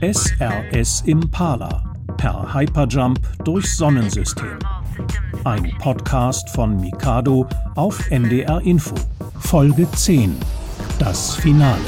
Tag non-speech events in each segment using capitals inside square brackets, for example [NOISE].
SRS Impala per Hyperjump durch Sonnensystem. Ein Podcast von Mikado auf NDR Info. Folge 10. Das Finale.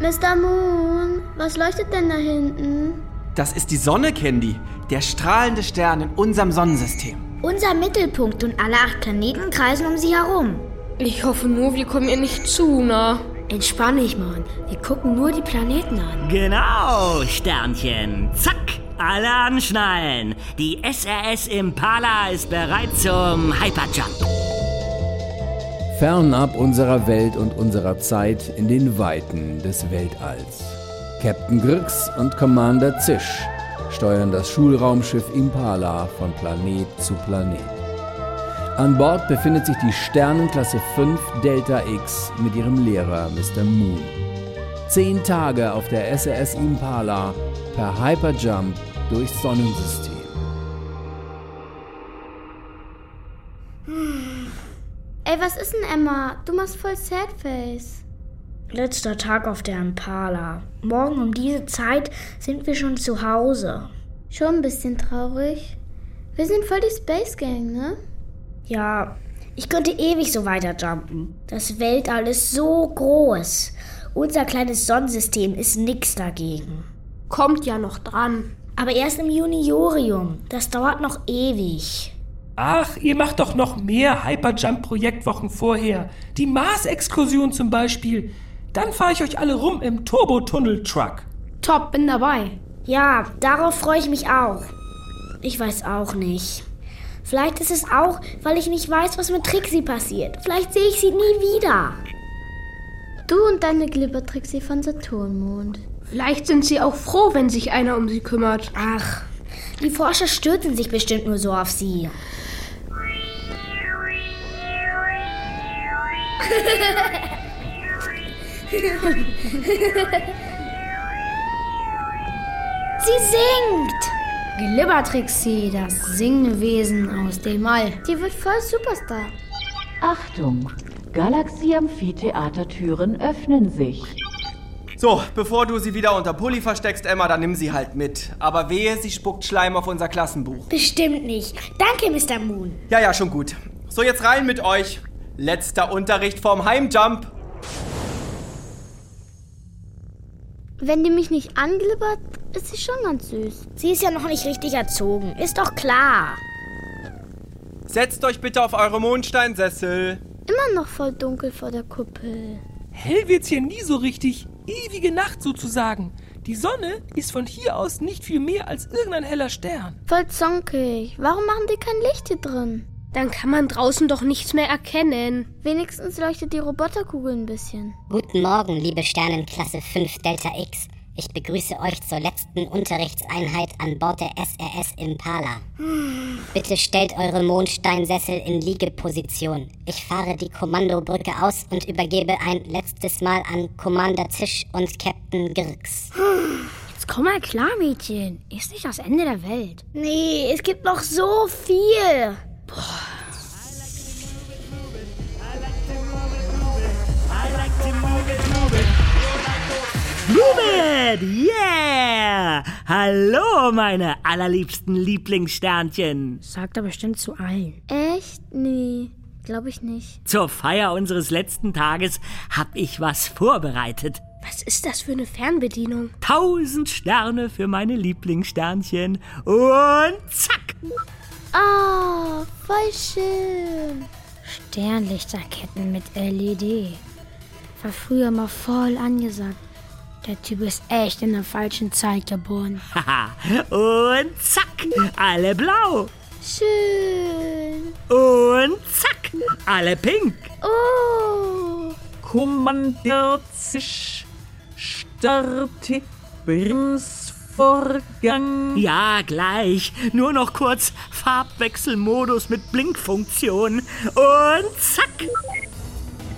Mr. Moon, was leuchtet denn da hinten? Das ist die Sonne, Candy. Der strahlende Stern in unserem Sonnensystem. Unser Mittelpunkt und alle acht Planeten kreisen um sie herum. Ich hoffe nur, wir kommen ihr nicht zu nah. Entspann dich, Mann. Wir gucken nur die Planeten an. Genau, Sternchen. Zack, alle anschnallen. Die SRS Impala ist bereit zum Hyperjump. Fernab unserer Welt und unserer Zeit in den Weiten des Weltalls. Captain Grix und Commander Zisch steuern das Schulraumschiff Impala von Planet zu Planet. An Bord befindet sich die Sternenklasse 5 Delta X mit ihrem Lehrer Mr. Moon. Zehn Tage auf der SRS Impala per Hyperjump durchs Sonnensystem. Ey, was ist denn Emma? Du machst voll Sadface. Letzter Tag auf der Impala. Morgen um diese Zeit sind wir schon zu Hause. Schon ein bisschen traurig. Wir sind voll die Space Gang, ne? Ja, ich könnte ewig so weiterjumpen. Das Weltall ist so groß. Unser kleines Sonnensystem ist nix dagegen. Kommt ja noch dran. Aber erst im Juniorium. Das dauert noch ewig. Ach, ihr macht doch noch mehr Hyperjump-Projektwochen vorher. Die Mars-Exkursion zum Beispiel. Dann fahre ich euch alle rum im Turbotunnel-Truck. Top, bin dabei. Ja, darauf freue ich mich auch. Ich weiß auch nicht. Vielleicht ist es auch, weil ich nicht weiß, was mit Trixie passiert. Vielleicht sehe ich sie nie wieder. Du und deine Glibbertrixie von Saturnmond. Vielleicht sind sie auch froh, wenn sich einer um sie kümmert. Ach, die Forscher stürzen sich bestimmt nur so auf sie. Sie singt! Glibbertrixie, das Singwesen aus dem All. Die wird voll Superstar. Achtung! Galaxie-Amphitheatertüren öffnen sich. So, bevor du sie wieder unter Pulli versteckst, Emma, dann nimm sie halt mit. Aber wehe, sie spuckt Schleim auf unser Klassenbuch. Bestimmt nicht. Danke, Mr. Moon. Ja, ja, schon gut. So, jetzt rein mit euch. Letzter Unterricht vorm Heimjump. Wenn die mich nicht anglibbert, ist sie schon ganz süß. Sie ist ja noch nicht richtig erzogen. Ist doch klar. Setzt euch bitte auf eure Mondsteinsessel. Immer noch voll dunkel vor der Kuppel. Hell wird's hier nie so richtig. Ewige Nacht sozusagen. Die Sonne ist von hier aus nicht viel mehr als irgendein heller Stern. Voll zonkig. Warum machen die kein Licht hier drin? Dann kann man draußen doch nichts mehr erkennen. Wenigstens leuchtet die Roboterkugel ein bisschen. Guten Morgen, liebe Sternenklasse 5 Delta X. Ich begrüße euch zur letzten Unterrichtseinheit an Bord der SRS Impala. Bitte stellt eure Mondsteinsessel in Liegeposition. Ich fahre die Kommandobrücke aus und übergebe ein letztes Mal an Commander Zisch und Captain Girks. Jetzt komm mal klar, Mädchen. Ist nicht das Ende der Welt. Nee, es gibt noch so viel. Blumen! Yeah! Hallo, meine allerliebsten Lieblingssternchen. Sagt er bestimmt zu allen. Echt? Nee, glaube ich nicht. Zur Feier unseres letzten Tages hab ich was vorbereitet. Was ist das für eine Fernbedienung? Tausend Sterne für meine Lieblingssternchen. Und zack! [LAUGHS] Ah, voll schön. Sternlichterketten mit LED. War früher mal voll angesagt. Der Typ ist echt in der falschen Zeit geboren. Haha. Und zack! Alle blau. Schön. Und zack! Alle pink. Oh. Kommandeur Zisch starte Bremsvorgang. Ja, gleich. Nur noch kurz Farbwechselmodus mit Blinkfunktion. Und zack!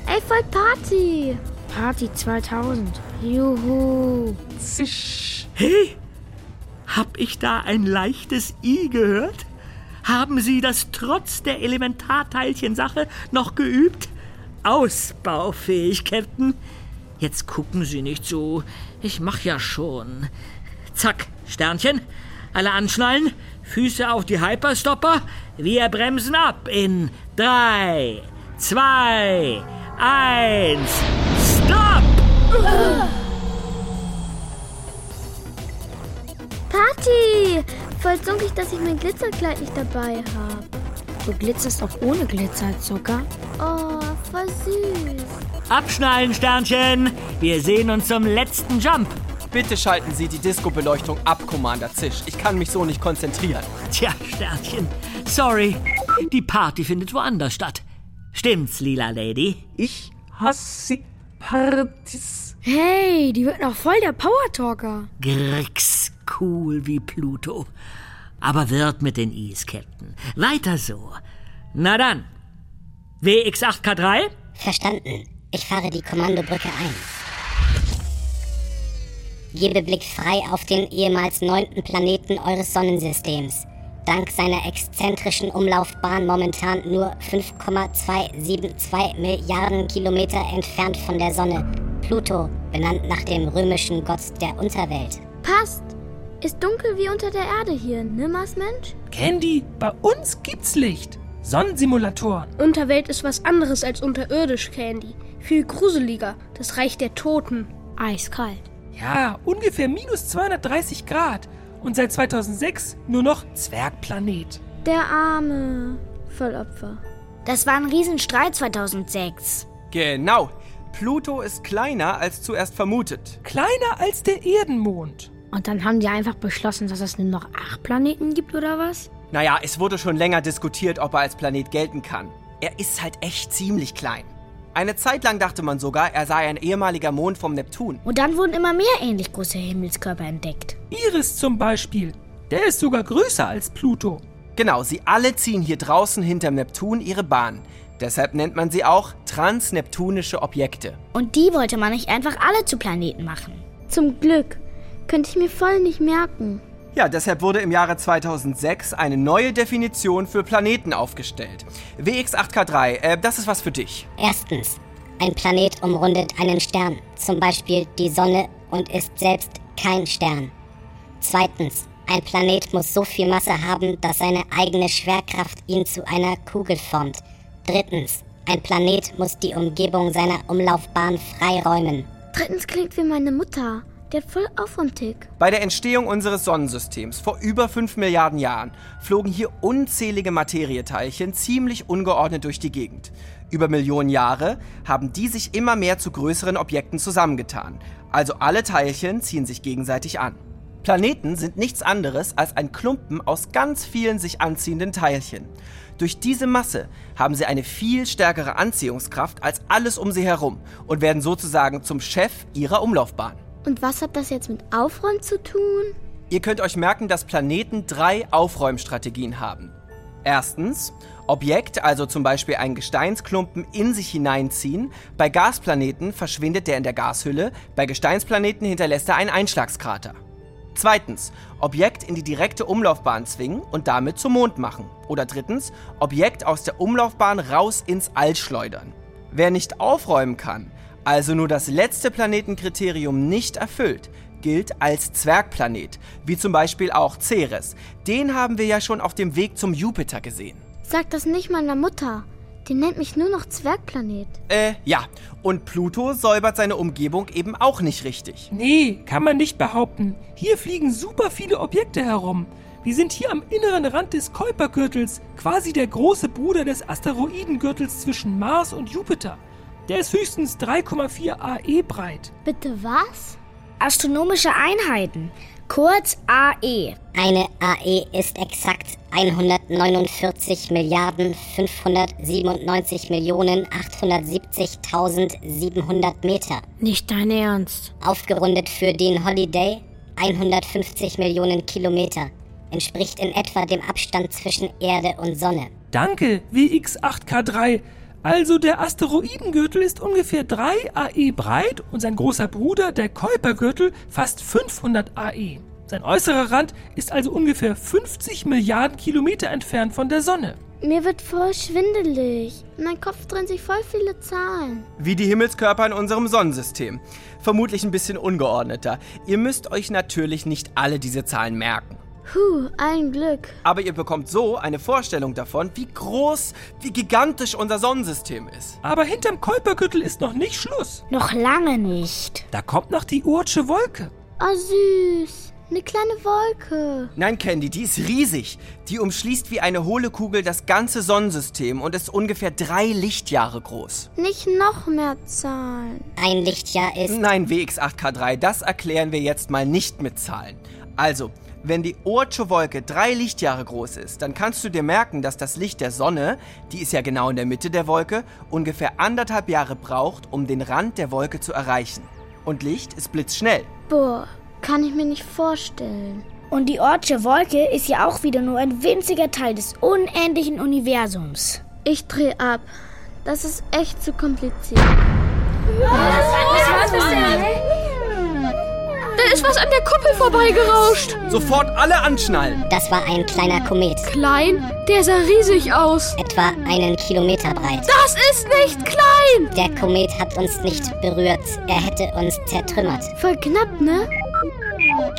Ey, voll Party. Party 2000. Juhu. Zisch. Hey, hab ich da ein leichtes I gehört? Haben Sie das trotz der Elementarteilchensache noch geübt? Ausbaufähig, Captain. Jetzt gucken Sie nicht so. Ich mach ja schon. Zack, Sternchen. Alle anschnallen. Füße auf die Hyperstopper. Wir bremsen ab in 3, 2, 1. Stop! Party! Voll zunkig, dass ich mein Glitzerkleid nicht dabei habe. Du glitzerst auch ohne Glitzerzucker. Oh, voll süß. Abschnallen, Sternchen! Wir sehen uns zum letzten Jump. Bitte schalten Sie die Disco-Beleuchtung ab, Commander Zisch. Ich kann mich so nicht konzentrieren. Tja, Sternchen, sorry. Die Party findet woanders statt. Stimmt's, lila Lady? Ich hasse Partys. Hey, die wird noch voll der Power Talker. Grix, cool wie Pluto. Aber wird mit den Is, Captain. Weiter so. Na dann. WX8K3? Verstanden. Ich fahre die Kommandobrücke ein. Gebe Blick frei auf den ehemals neunten Planeten eures Sonnensystems. Dank seiner exzentrischen Umlaufbahn momentan nur 5,272 Milliarden Kilometer entfernt von der Sonne. Pluto, benannt nach dem römischen Gott der Unterwelt. Passt. Ist dunkel wie unter der Erde hier, nimmers Mensch? Candy, bei uns gibt's Licht. Sonnensimulatoren. Unterwelt ist was anderes als unterirdisch, Candy. Viel gruseliger. Das Reich der Toten. Eiskalt. Ja, ungefähr minus 230 Grad. Und seit 2006 nur noch Zwergplanet. Der arme Vollopfer. Das war ein Riesenstreit 2006. Genau. Pluto ist kleiner als zuerst vermutet. Kleiner als der Erdenmond. Und dann haben die einfach beschlossen, dass es nur noch acht Planeten gibt oder was? Naja, es wurde schon länger diskutiert, ob er als Planet gelten kann. Er ist halt echt ziemlich klein. Eine Zeit lang dachte man sogar, er sei ein ehemaliger Mond vom Neptun. Und dann wurden immer mehr ähnlich große Himmelskörper entdeckt. Iris zum Beispiel. Der ist sogar größer als Pluto. Genau, sie alle ziehen hier draußen hinterm Neptun ihre Bahn. Deshalb nennt man sie auch transneptunische Objekte. Und die wollte man nicht einfach alle zu Planeten machen. Zum Glück. Könnte ich mir voll nicht merken. Ja, deshalb wurde im Jahre 2006 eine neue Definition für Planeten aufgestellt. WX8K3, äh, das ist was für dich. Erstens, ein Planet umrundet einen Stern, zum Beispiel die Sonne, und ist selbst kein Stern. Zweitens, ein Planet muss so viel Masse haben, dass seine eigene Schwerkraft ihn zu einer Kugel formt. Drittens, ein Planet muss die Umgebung seiner Umlaufbahn freiräumen. Drittens klingt wie meine Mutter. Der hat voll auf und Tick. Bei der Entstehung unseres Sonnensystems vor über 5 Milliarden Jahren flogen hier unzählige Materieteilchen ziemlich ungeordnet durch die Gegend. Über Millionen Jahre haben die sich immer mehr zu größeren Objekten zusammengetan. Also alle Teilchen ziehen sich gegenseitig an. Planeten sind nichts anderes als ein Klumpen aus ganz vielen sich anziehenden Teilchen. Durch diese Masse haben sie eine viel stärkere Anziehungskraft als alles um sie herum und werden sozusagen zum Chef ihrer Umlaufbahn. Und was hat das jetzt mit Aufräumen zu tun? Ihr könnt euch merken, dass Planeten drei Aufräumstrategien haben. Erstens, Objekt, also zum Beispiel ein Gesteinsklumpen, in sich hineinziehen. Bei Gasplaneten verschwindet der in der Gashülle, bei Gesteinsplaneten hinterlässt er einen Einschlagskrater. Zweitens, Objekt in die direkte Umlaufbahn zwingen und damit zum Mond machen. Oder drittens, Objekt aus der Umlaufbahn raus ins All schleudern. Wer nicht aufräumen kann, also nur das letzte Planetenkriterium nicht erfüllt, gilt als Zwergplanet, wie zum Beispiel auch Ceres. Den haben wir ja schon auf dem Weg zum Jupiter gesehen. Sag das nicht meiner Mutter. Die nennt mich nur noch Zwergplanet. Äh, ja. Und Pluto säubert seine Umgebung eben auch nicht richtig. Nee, kann man nicht behaupten. Hier fliegen super viele Objekte herum. Wir sind hier am inneren Rand des Kuipergürtels, quasi der große Bruder des Asteroidengürtels zwischen Mars und Jupiter. Der ist höchstens 3,4 AE E breit. Bitte was? Astronomische Einheiten, kurz E. AE. Eine AE ist exakt 149 Milliarden 597 Millionen 870.700 Meter. Nicht dein Ernst. Aufgerundet für den Holiday 150 Millionen Kilometer. Entspricht in etwa dem Abstand zwischen Erde und Sonne. Danke, WX8K3. Also der Asteroidengürtel ist ungefähr 3 AE breit und sein großer Bruder, der Kuipergürtel, fast E. 500 AE. Sein äußerer Rand ist also ungefähr 50 Milliarden Kilometer entfernt von der Sonne. Mir wird voll schwindelig. Mein Kopf drehen sich voll viele Zahlen. Wie die Himmelskörper in unserem Sonnensystem. Vermutlich ein bisschen ungeordneter. Ihr müsst euch natürlich nicht alle diese Zahlen merken. Puh, ein Glück. Aber ihr bekommt so eine Vorstellung davon, wie groß, wie gigantisch unser Sonnensystem ist. Aber hinterm Kuipergürtel ist noch nicht Schluss. Noch lange nicht. Da kommt noch die Urtsche Wolke. Oh, süß. Eine kleine Wolke. Nein, Candy, die ist riesig. Die umschließt wie eine hohle Kugel das ganze Sonnensystem und ist ungefähr drei Lichtjahre groß. Nicht noch mehr Zahlen. Ein Lichtjahr ist. Nein, WX8K3, das erklären wir jetzt mal nicht mit Zahlen. Also, wenn die Oortsche Wolke drei Lichtjahre groß ist, dann kannst du dir merken, dass das Licht der Sonne, die ist ja genau in der Mitte der Wolke, ungefähr anderthalb Jahre braucht, um den Rand der Wolke zu erreichen. Und Licht ist blitzschnell. Boah, kann ich mir nicht vorstellen. Und die Ortsche Wolke ist ja auch wieder nur ein winziger Teil des unendlichen Universums. Ich dreh ab. Das ist echt zu kompliziert. Was, was, was denn? Da ist was an der Kuppel vorbeigerauscht. Sofort alle anschnallen. Das war ein kleiner Komet. Klein? Der sah riesig aus. Etwa einen Kilometer breit. Das ist nicht klein. Der Komet hat uns nicht berührt. Er hätte uns zertrümmert. Voll knapp, ne?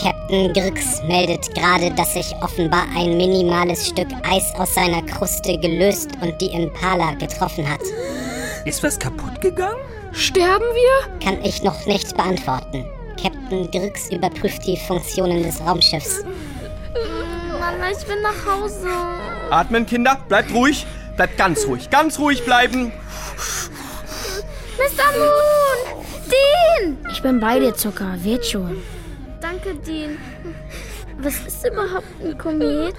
Captain Grix meldet gerade, dass sich offenbar ein minimales Stück Eis aus seiner Kruste gelöst und die Impala getroffen hat. Ist was kaputt gegangen? Sterben wir? Kann ich noch nicht beantworten. Captain Grix überprüft die Funktionen des Raumschiffs. Mama, ich will nach Hause. Atmen, Kinder, bleibt ruhig. Bleibt ganz ruhig, ganz ruhig bleiben. Mr. Moon! Dean! Ich bin bei dir, Zucker. Wird schon. Danke, Dean. Was ist überhaupt ein Komet?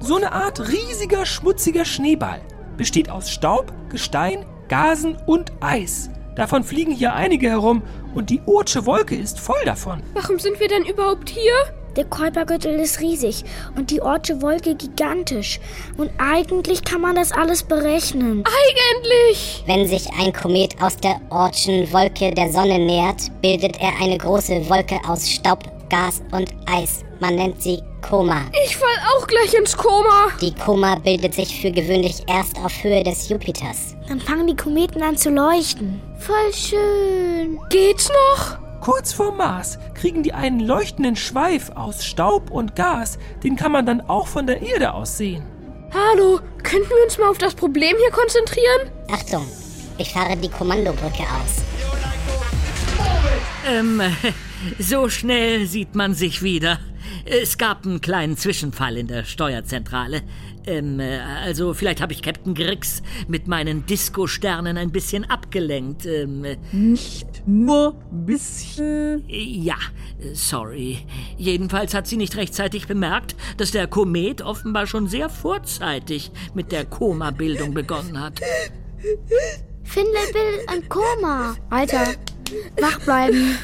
So eine Art riesiger, schmutziger Schneeball. Besteht aus Staub, Gestein, Gasen und Eis. Davon fliegen hier einige herum und die Urtsche Wolke ist voll davon. Warum sind wir denn überhaupt hier? Der Kuipergürtel ist riesig und die Ortsche Wolke gigantisch. Und eigentlich kann man das alles berechnen. Ah, Eigentlich! Wenn sich ein Komet aus der Ortschen Wolke der Sonne nähert, bildet er eine große Wolke aus Staub, Gas und Eis. Man nennt sie Koma. Ich fall auch gleich ins Koma. Die Koma bildet sich für gewöhnlich erst auf Höhe des Jupiters. Dann fangen die Kometen an zu leuchten. Voll schön. Geht's noch? Kurz vor Mars kriegen die einen leuchtenden Schweif aus Staub und Gas. Den kann man dann auch von der Erde aus sehen. Hallo, könnten wir uns mal auf das Problem hier konzentrieren? Achtung, ich fahre die Kommandobrücke aus. Ähm, so schnell sieht man sich wieder. Es gab einen kleinen Zwischenfall in der Steuerzentrale. Ähm, also vielleicht habe ich Captain Grix mit meinen Disco-Sternen ein bisschen abgelenkt. Ähm, nicht nur bisschen. Ja, sorry. Jedenfalls hat sie nicht rechtzeitig bemerkt, dass der Komet offenbar schon sehr vorzeitig mit der Koma-Bildung begonnen hat. Finlay bildet ein Koma. Alter, wach bleiben.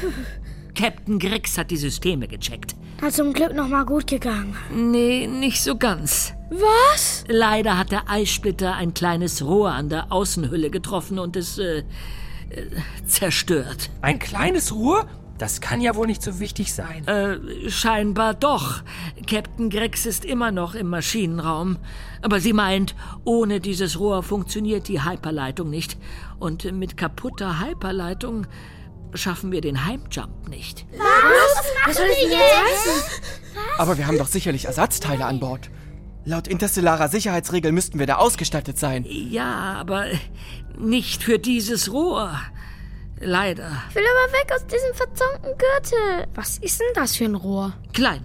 Captain Grix hat die Systeme gecheckt. Na, zum Glück noch mal gut gegangen. Nee, nicht so ganz. Was? Leider hat der Eissplitter ein kleines Rohr an der Außenhülle getroffen und es äh, äh, zerstört. Ein kleines Rohr? Das kann ja wohl nicht so wichtig sein. Äh, scheinbar doch. Captain Grex ist immer noch im Maschinenraum. Aber sie meint, ohne dieses Rohr funktioniert die Hyperleitung nicht. Und mit kaputter Hyperleitung schaffen wir den Heimjump nicht. Was? Was soll das jetzt? Aber wir haben doch sicherlich Ersatzteile an Bord. Laut interstellarer Sicherheitsregel müssten wir da ausgestattet sein. Ja, aber nicht für dieses Rohr. Leider. Ich will aber weg aus diesem verzonkten Gürtel. Was ist denn das für ein Rohr? Klein.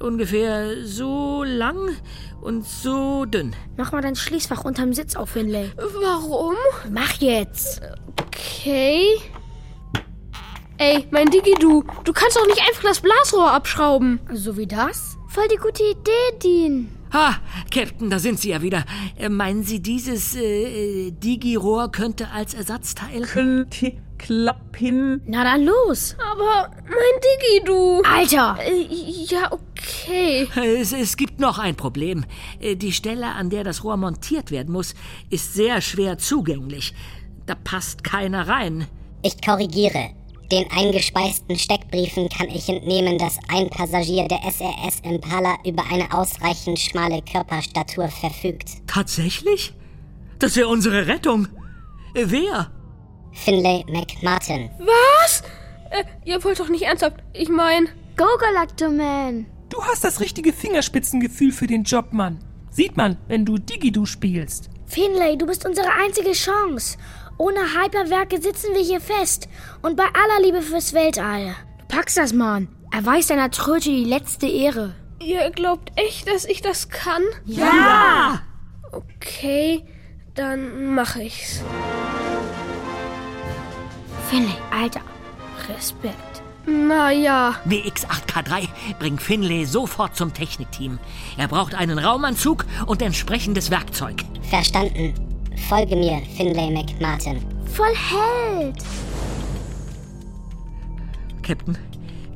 Ungefähr so lang und so dünn. Mach mal dein Schließfach unterm Sitz auf, Finlay. Warum? Mach jetzt. Okay. Ey, mein Digidu, du kannst doch nicht einfach das Blasrohr abschrauben. So wie das? Voll die gute Idee, Dean. Ha, Captain, da sind Sie ja wieder. Äh, meinen Sie, dieses äh, Digi-Rohr könnte als Ersatzteil... Könnte klappen. Na dann los. Aber mein Digidu. Alter. Äh, ja, okay. Es, es gibt noch ein Problem. Äh, die Stelle, an der das Rohr montiert werden muss, ist sehr schwer zugänglich. Da passt keiner rein. Ich korrigiere. Den eingespeisten Steckbriefen kann ich entnehmen, dass ein Passagier der SRS Impala über eine ausreichend schmale Körperstatur verfügt. Tatsächlich? Das wäre unsere Rettung. Äh, Wer? Finlay McMartin. Was? Äh, ihr wollt doch nicht ernsthaft. Ich mein. Go Galactoman! Du hast das richtige Fingerspitzengefühl für den Job, Mann. Sieht man, wenn du Digidu spielst. Finlay, du bist unsere einzige Chance. Ohne Hyperwerke sitzen wir hier fest. Und bei aller Liebe fürs Weltall. Du packst das, Mann. Erweis deiner Tröte die letzte Ehre. Ihr glaubt echt, dass ich das kann? Ja! Okay, dann mache ich's. Finley, Alter. Respekt. Naja. WX8K3 bringt Finlay sofort zum Technikteam. Er braucht einen Raumanzug und entsprechendes Werkzeug. Verstanden. Folge mir, Finlay McMartin. Voll Held! Captain,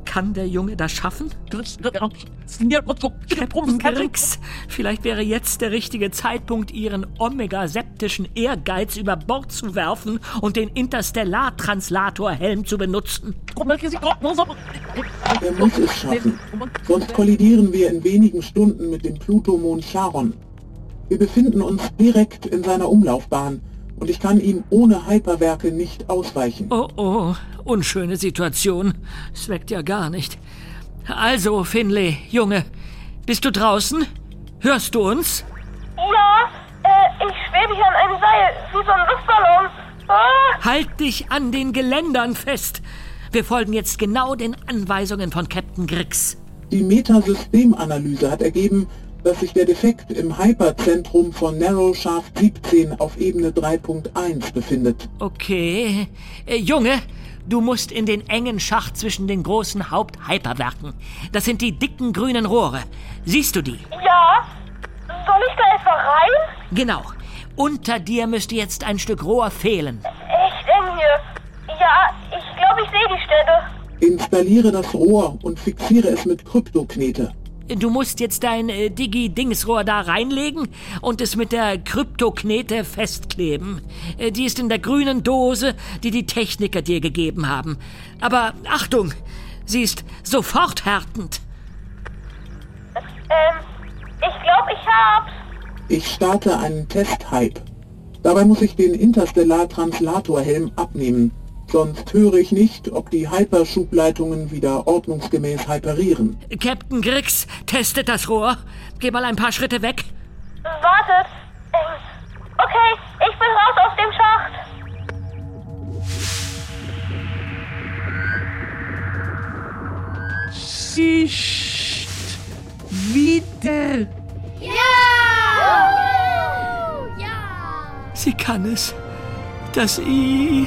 kann der Junge das schaffen? Captain Grix, vielleicht wäre jetzt der richtige Zeitpunkt, ihren omega-septischen Ehrgeiz über Bord zu werfen und den Interstellar-Translator-Helm zu benutzen. Er muss es schaffen. Sonst kollidieren wir in wenigen Stunden mit dem Plutomond Charon. Wir befinden uns direkt in seiner Umlaufbahn und ich kann ihm ohne Hyperwerke nicht ausweichen. Oh oh, unschöne Situation. Es weckt ja gar nicht. Also, Finley, Junge, bist du draußen? Hörst du uns? Ja, äh, ich schwebe hier an einem Seil, wie so ein Luftballon. Ah, Halt dich an den Geländern fest. Wir folgen jetzt genau den Anweisungen von Captain Grix. Die Metasystemanalyse hat ergeben, dass sich der Defekt im Hyperzentrum von Narrow Shaft 17 auf Ebene 3.1 befindet. Okay. Äh, Junge, du musst in den engen Schacht zwischen den großen Haupthyperwerken. Das sind die dicken grünen Rohre. Siehst du die? ja. Soll ich da etwa rein? Genau. Unter dir müsste jetzt ein Stück Rohr fehlen. Echt eng hier. Ja, ich glaube, ich sehe die Stelle. Installiere das Rohr und fixiere es mit Kryptoknete. Du musst jetzt dein äh, Digi-Dingsrohr da reinlegen und es mit der Kryptoknete festkleben. Äh, die ist in der grünen Dose, die die Techniker dir gegeben haben. Aber Achtung, sie ist sofort härtend. Ähm, ich glaube, ich hab's. Ich starte einen Test-Hype. Dabei muss ich den Interstellar-Translator-Helm abnehmen. Sonst höre ich nicht, ob die Hyperschubleitungen wieder ordnungsgemäß hyperieren. Captain Grix testet das Rohr. Geh mal ein paar Schritte weg. Wartet. Ähm, Okay, ich bin raus aus dem Schacht. Sicht wieder. Sie kann es. Das I.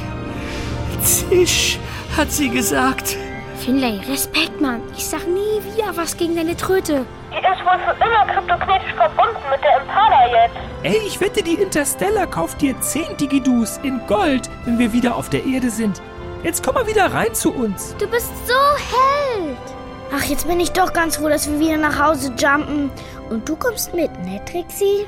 Zisch, hat sie gesagt. Finlay, Respekt, Mann. Ich sag nie wieder was gegen deine Tröte. Die ist wohl für immer kryptokinetisch verbunden mit der Impala jetzt. Ey, ich wette, die Interstellar kauft dir 10 Digidus in Gold, wenn wir wieder auf der Erde sind. Jetzt komm mal wieder rein zu uns. Du bist so Held! Ach, jetzt bin ich doch ganz froh, dass wir wieder nach Hause jumpen. Und du kommst mit, ne, Trixie?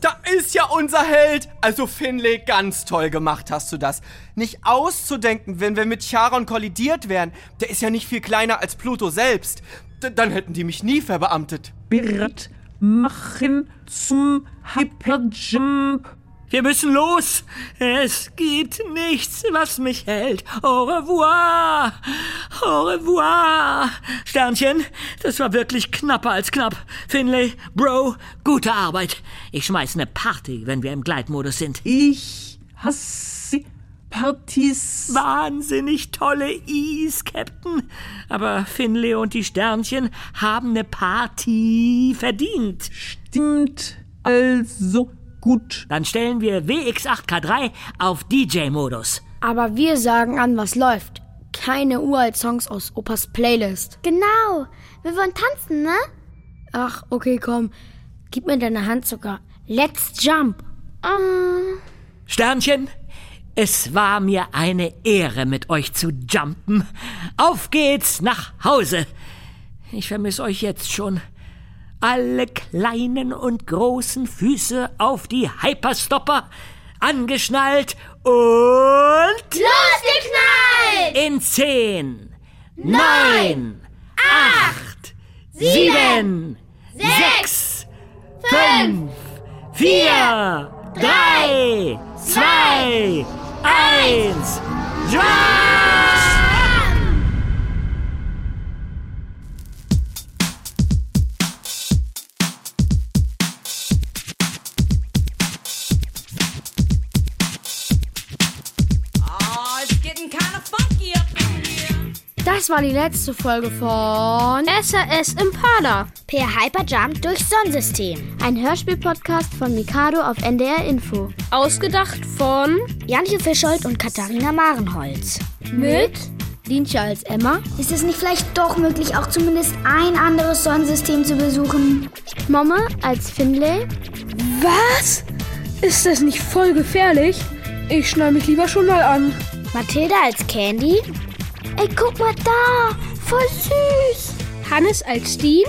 Da ist ja unser Held! Also Finlay, ganz toll gemacht hast du das. Nicht auszudenken, wenn wir mit Charon kollidiert wären. Der ist ja nicht viel kleiner als Pluto selbst. D dann hätten die mich nie verbeamtet. Bereit machen zum Hyperjump. Wir müssen los. Es gibt nichts, was mich hält. Au revoir. Au revoir. Sternchen, das war wirklich knapper als knapp. Finlay, Bro, gute Arbeit. Ich schmeiß eine Party, wenn wir im Gleitmodus sind. Ich hasse Partys. Wahnsinnig tolle Is, Captain. Aber Finlay und die Sternchen haben eine Party verdient. Stimmt also gut. Dann stellen wir WX8K3 auf DJ-Modus. Aber wir sagen an, was läuft. Keine Uralt-Songs aus Opas Playlist. Genau. Wir wollen tanzen, ne? Ach, okay, komm. Gib mir deine Hand sogar. Let's jump. Ähm, Sternchen, es war mir eine Ehre, mit euch zu jumpen. Auf geht's nach Hause. Ich vermisse euch jetzt schon. Alle kleinen und großen Füße auf die Hyperstopper. angeschnallt und... Losgeknallt! In 10, 9, 8, 7, 6, 5, 4, 3, 2, 1, Das war die letzte Folge von SAS Impala. Per Hyperjump durch Sonnensystem. Ein Hörspiel-Podcast von Mikado auf NDR Info. Ausgedacht von Janche Fischold und Katharina Marenholz. Mit Linsche als Emma. Ist es nicht vielleicht doch möglich, auch zumindest ein anderes Sonnensystem zu besuchen? Mama als Finlay. Was? Ist das nicht voll gefährlich? Ich schneide mich lieber schon mal an. Mathilda als Candy. Ey, guck mal da! Voll süß! Hannes als Dean.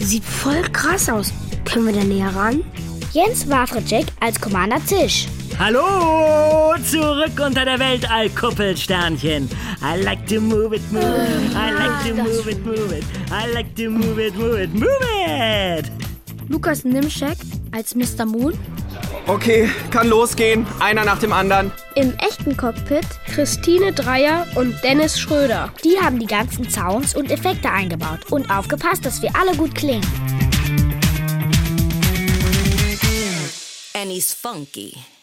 Sieht voll krass aus. Können wir da näher ran? Jens Wawritschek als Commander Zisch. Hallo! Zurück unter der Weltallkuppel, Sternchen. I like to move it, move it. Ah, I like to move it, move it. I like to move it, move it, move it! Lukas Nimschek als Mr. Moon. Okay, kann losgehen. Einer nach dem anderen. Im echten Cockpit Christine Dreier und Dennis Schröder. Die haben die ganzen Sounds und Effekte eingebaut und aufgepasst, dass wir alle gut klingen. And he's funky.